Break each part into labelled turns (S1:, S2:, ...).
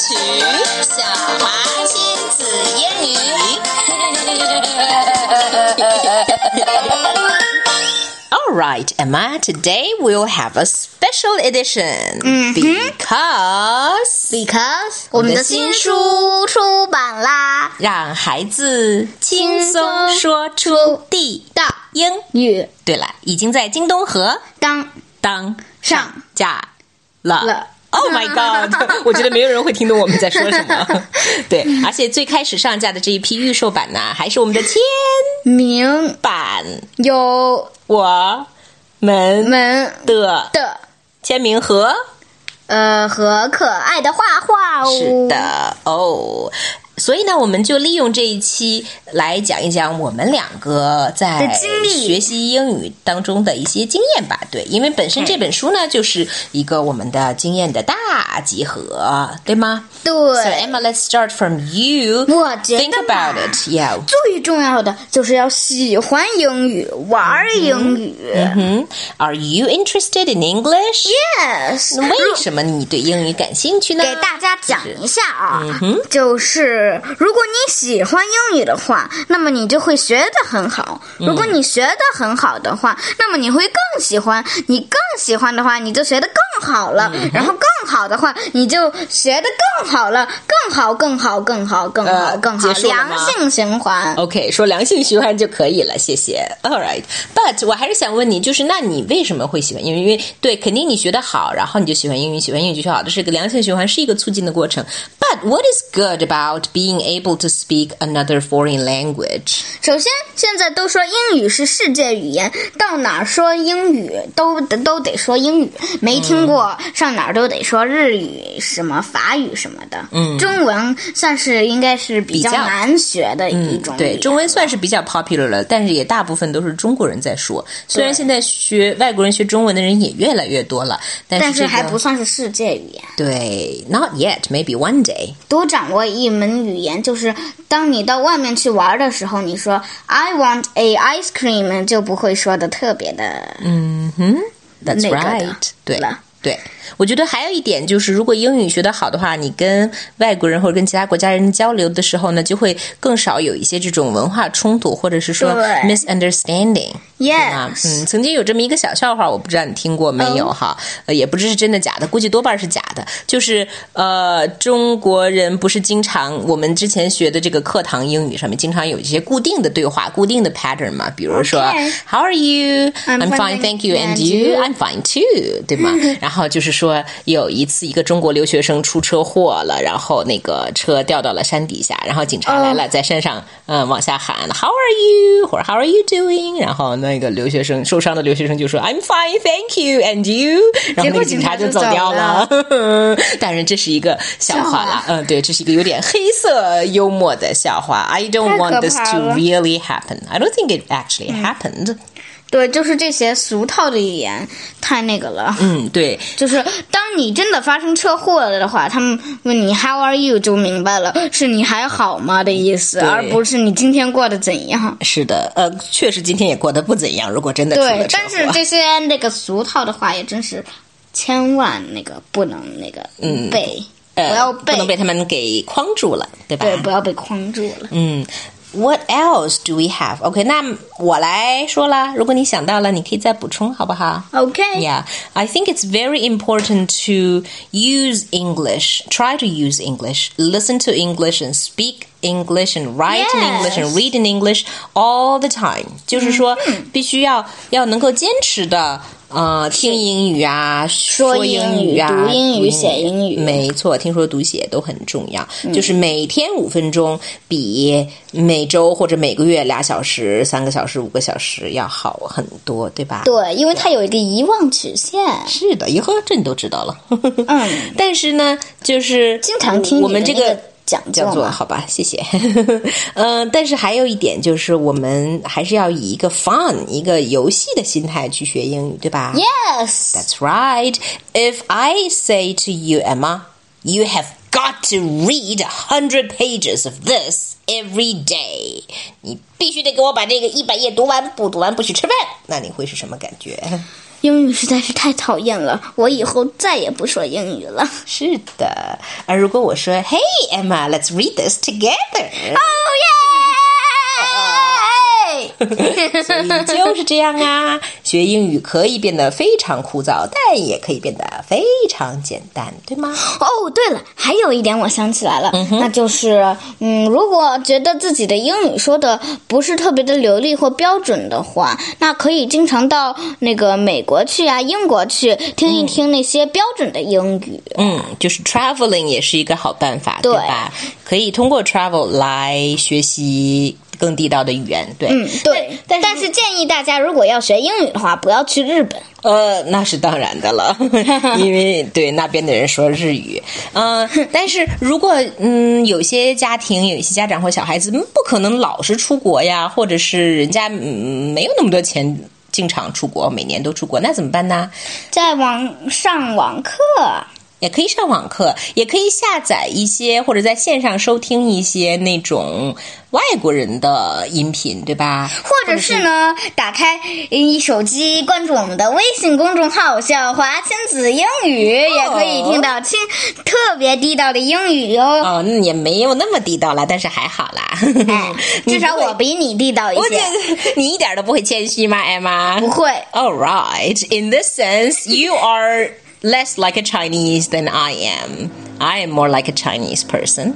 S1: 曲，
S2: 小华仙子烟女。
S1: All right, Emma, today we'll have a special edition because
S2: Because
S1: 我
S2: 我
S1: 们
S2: 们
S1: 的
S2: 的
S1: 新
S2: 新
S1: 书
S2: 书出版啦，
S1: 让孩子轻
S2: 轻
S1: 松
S2: 松
S1: 说出地
S2: 到
S1: 英
S2: 语
S1: 对了，已经在京东和
S2: 当
S1: 当
S2: 上
S1: 架了。
S2: 了
S1: Oh my god！我觉得没有人会听懂我们在说什么。 对，而且最开始上架的这一批预售版呢，还是我们的天
S2: 名
S1: 版，
S2: 有
S1: 我们
S2: 门
S1: 的
S2: 的
S1: 签名盒。
S2: 呃和可爱的画画哦，
S1: 是，的，哦。所以呢，我们就利用这一期来讲一讲我们两个在
S2: 的经历
S1: 学习英语当中的一些经验吧。对，因为本身这本书呢，就是一个我们的经验的大集合，对吗？So
S2: 对。
S1: Emma, let's start from you.
S2: 我觉
S1: Think
S2: 得
S1: about
S2: 吧，
S1: it. Yeah.
S2: 最重要的就是要喜欢英语，玩英语。
S1: 嗯 Are you interested in English?
S2: Yes，
S1: 那为什么你对英语感兴趣呢？嗯
S2: 给大家讲一下啊，就是如果你喜欢英语的话，那么你就会学得很好；
S1: 嗯
S2: 如果你学得很好的话，那么你会更喜欢；你更喜欢的话，你就学得更好了；
S1: 嗯
S2: 然后更好的话，你就学得更好了，更好，更好，更好，更好，
S1: 呃
S2: 更好，
S1: 结束了吗
S2: 良性循环。
S1: OK，说良性循环就可以了，谢谢。All right，but 我还是想问你，就是那你为什么会喜欢英语？因为对，肯定你学得好，然后你就喜欢英语，喜欢英语就学好，这是个良性循环，是一个促进的过程。But what is good about being able to speak another foreign language？
S2: 首先，现在都说英语是世界语言，到哪儿说英语都都得说英语，没听过、上哪儿都得说日语、什么法语什么的。嗯，中文算是应该是比较
S1: 比较
S2: 难学的一种
S1: 嗯
S2: 语言、
S1: 对，中文算是比较 popular 了，但是也大部分都是中国人在说。虽然现在学外国人学中文的人也越来越多了，但是、
S2: 但
S1: 这
S2: 是
S1: 个、
S2: 还不算是世界语言。
S1: 对，not yet，maybe one day。
S2: 多掌握一门语言，就是当你到外面去玩的时候，你说 I want a ice cream，就不会说的特别的。
S1: That's
S2: 那个的
S1: right，对
S2: 了
S1: 对，我觉得还有一点就是，如果英语学得好的话，你跟外国人或者跟其他国家人交流的时候呢，就会更少有一些这种文化冲突，或者是说
S2: 对
S1: misunderstanding。啊，
S2: yes，、
S1: 嗯，曾经有这么一个小笑话，我不知道你听过没有哈？呃，也不知是真的假的，估计多半是假的。就是呃，中国人不是经常我们之前学的这个课堂英语上面，经常有一些固定的对话、固定的 pattern 嘛，比如说
S2: Okay
S1: How are you?
S2: I'm
S1: I'm
S2: fine,
S1: fine, thank you. And
S2: and
S1: you?
S2: you?
S1: I'm fine too，对 吗？然后就是说有一次一个中国留学生出车祸了，然后那个车掉到了山底下，然后警察
S2: 哦
S1: 来了，在山上嗯往下喊 How are you 或者 How are you doing？然后那个留学生受伤的留学生就说 I'm fine, thank you, and you。然后那个警察就走掉了。 当然这是一个笑话
S2: 笑
S1: 啦，嗯，对，这是一个有点黑色幽默的笑话。I don't
S2: 太可
S1: want this
S2: 怕
S1: to
S2: 了 Hmm
S1: really happen. I don't think it actually happened.
S2: 对，就是这些俗套的语言太那个了。
S1: 嗯，对。
S2: 就是当你真的发生车祸了的话，他们问你 How are you 就明白了，是你还好吗的意思，
S1: 对
S2: 而不是你今天过得怎样。
S1: 是的，呃，确实今天也过得不怎样。如果真的出
S2: 对
S1: 了，车
S2: 但是
S1: 祸，
S2: 这些那个俗套的话也真是千万那个不能那个背，
S1: 呃
S2: 不要
S1: 不能被他们给框住了，对吧？
S2: 对，不要被框住了。
S1: 嗯。What else do we have? OK，那我来说啦。如果你想到了，你可以再补充，好不好？
S2: OK，
S1: Yeah, I think it's very important to use English, try to use English, listen to English and speak English and write in English and
S2: Yes. 嗯
S1: read in English all the time. 就是说必须要要能够坚持的呃听英语啊，说英语啊，
S2: 读英语写英语嗯
S1: 没错，听说读写都很重要，就是每天五分钟比每周或者每个月俩小时、三个小时、五个小时要好很多，对吧？
S2: 对，因为它有一个遗忘曲线。
S1: 是的，一喝这你都知道了。
S2: 嗯，
S1: 但是呢，就是
S2: 经常听
S1: 我们
S2: 你
S1: 这
S2: 的那
S1: 个
S2: 个讲座
S1: 讲座，
S2: 嘛
S1: 好吧，谢谢。 嗯、但是还有一点就是，我们还是要以一个 fun、一个游戏的心态去学英语，对吧
S2: Yes，
S1: That's right. If I say to you, Emma, you have got to read a hundred pages of this every day，你必须得给我把这个一百页读完，不读完不许吃饭，那你会是什么感觉？
S2: 英语实在是太讨厌了，我以后再也不说英语了。
S1: 是的，而如果我说 Hey Emma，let's read this together，
S2: 哦耶！
S1: 所以 就是这样啊。学英语可以变得非常枯燥，但也可以变得非常简单，对吗？
S2: 哦，对了，还有一点我想起来了，那就是，嗯，如果觉得自己的英语说的不是特别的流利或标准的话，那可以经常到那个美国去啊，英国去听一听那些标准的英语。
S1: 嗯，就是 traveling 也是一个好办法，对
S2: 对
S1: 吧？可以通过 travel 来学习更地道的语言，对。
S2: 嗯，对，但是建议大家如果要学英语的话，不要去日本。
S1: 呃，那是当然的 了，因为对那边的人说日语。嗯、但是如果嗯，有些家庭、有一些家长或小孩子嗯不可能老是出国呀，或者是人家嗯没有那么多钱经常出国，每年都出国，那怎么办呢？
S2: 在网上网课，
S1: 也可以上网课，也可以下载一些或者在线上收听一些那种外国人的音频，对吧？
S2: 或者是呢，打开你手机，关注我们的微信公众号“笑华亲子英语”，也可以听到亲特别地道的英语哟。
S1: 哦，那也没有那么地道啦，但是还好啦。
S2: 哎，至少我比你地道一
S1: 我觉
S2: 些，
S1: 得你一点都不会谦虚吗，艾玛
S2: 不会。
S1: ？All right, in this sense, you are less like a Chinese than I am. I am more like a Chinese person.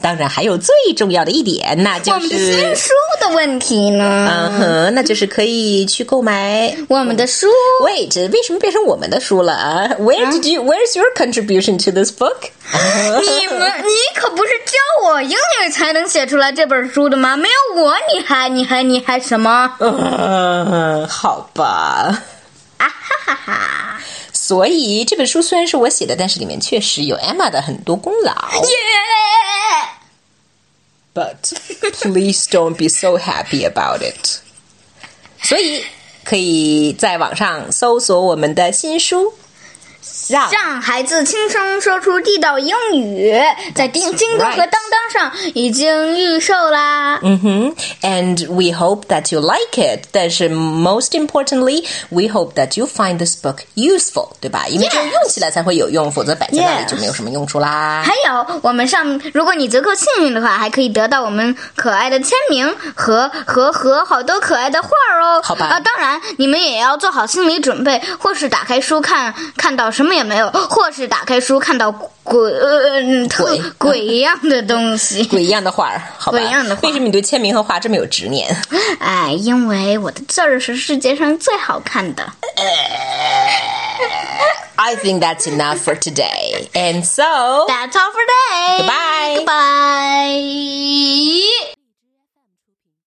S1: 当然，还有最重要的一点，那就
S2: 我们的
S1: 是
S2: 新，书的问题呢？
S1: 嗯哼，那就是可以去购买
S2: 我们的书
S1: Wait，为什么变成我们的书了啊？Where did you? Where's your contribution to this book？
S2: 你们，你可不是教我英语才能写出来这本书的吗？没有我，你还你还你还什么？
S1: 嗯，好吧。
S2: 啊哈哈哈！
S1: 所以这本书虽然是我写的，但是里面确实有 Emma 的很多功劳。
S2: 耶！
S1: But please don't be so happy about it。所以可以在网上搜索我们的新书，让
S2: 让孩子轻松说出地道英语，在京京
S1: 嗯
S2: 东
S1: right
S2: 和当当上已经预售啦。
S1: 嗯哼，and we hope that you like it。但是 most importantly, we hope that you find this book useful，对吧？因为只有
S2: Yes.
S1: 用起来才会有用，否则摆在那里
S2: Yes.
S1: 就没有什么用处啦。
S2: 还有，我们上，如果你足够幸运的话，还可以得到我们可爱的签名和和和好多可爱的画儿哦。
S1: 好吧
S2: 啊，当然你们也要做好心理准备，或是打开书看看到什么也没有，或是打开书看到鬼呃嗯特
S1: 鬼
S2: 鬼一样的东西。
S1: 鬼一样的画儿，好吧？
S2: 鬼一样的画儿
S1: 为什么你对签名和画这么有执念？
S2: 哎，因为我的字儿是世界上最好看的。
S1: I think that's enough for today. And so,
S2: That's all for today.
S1: goodbye.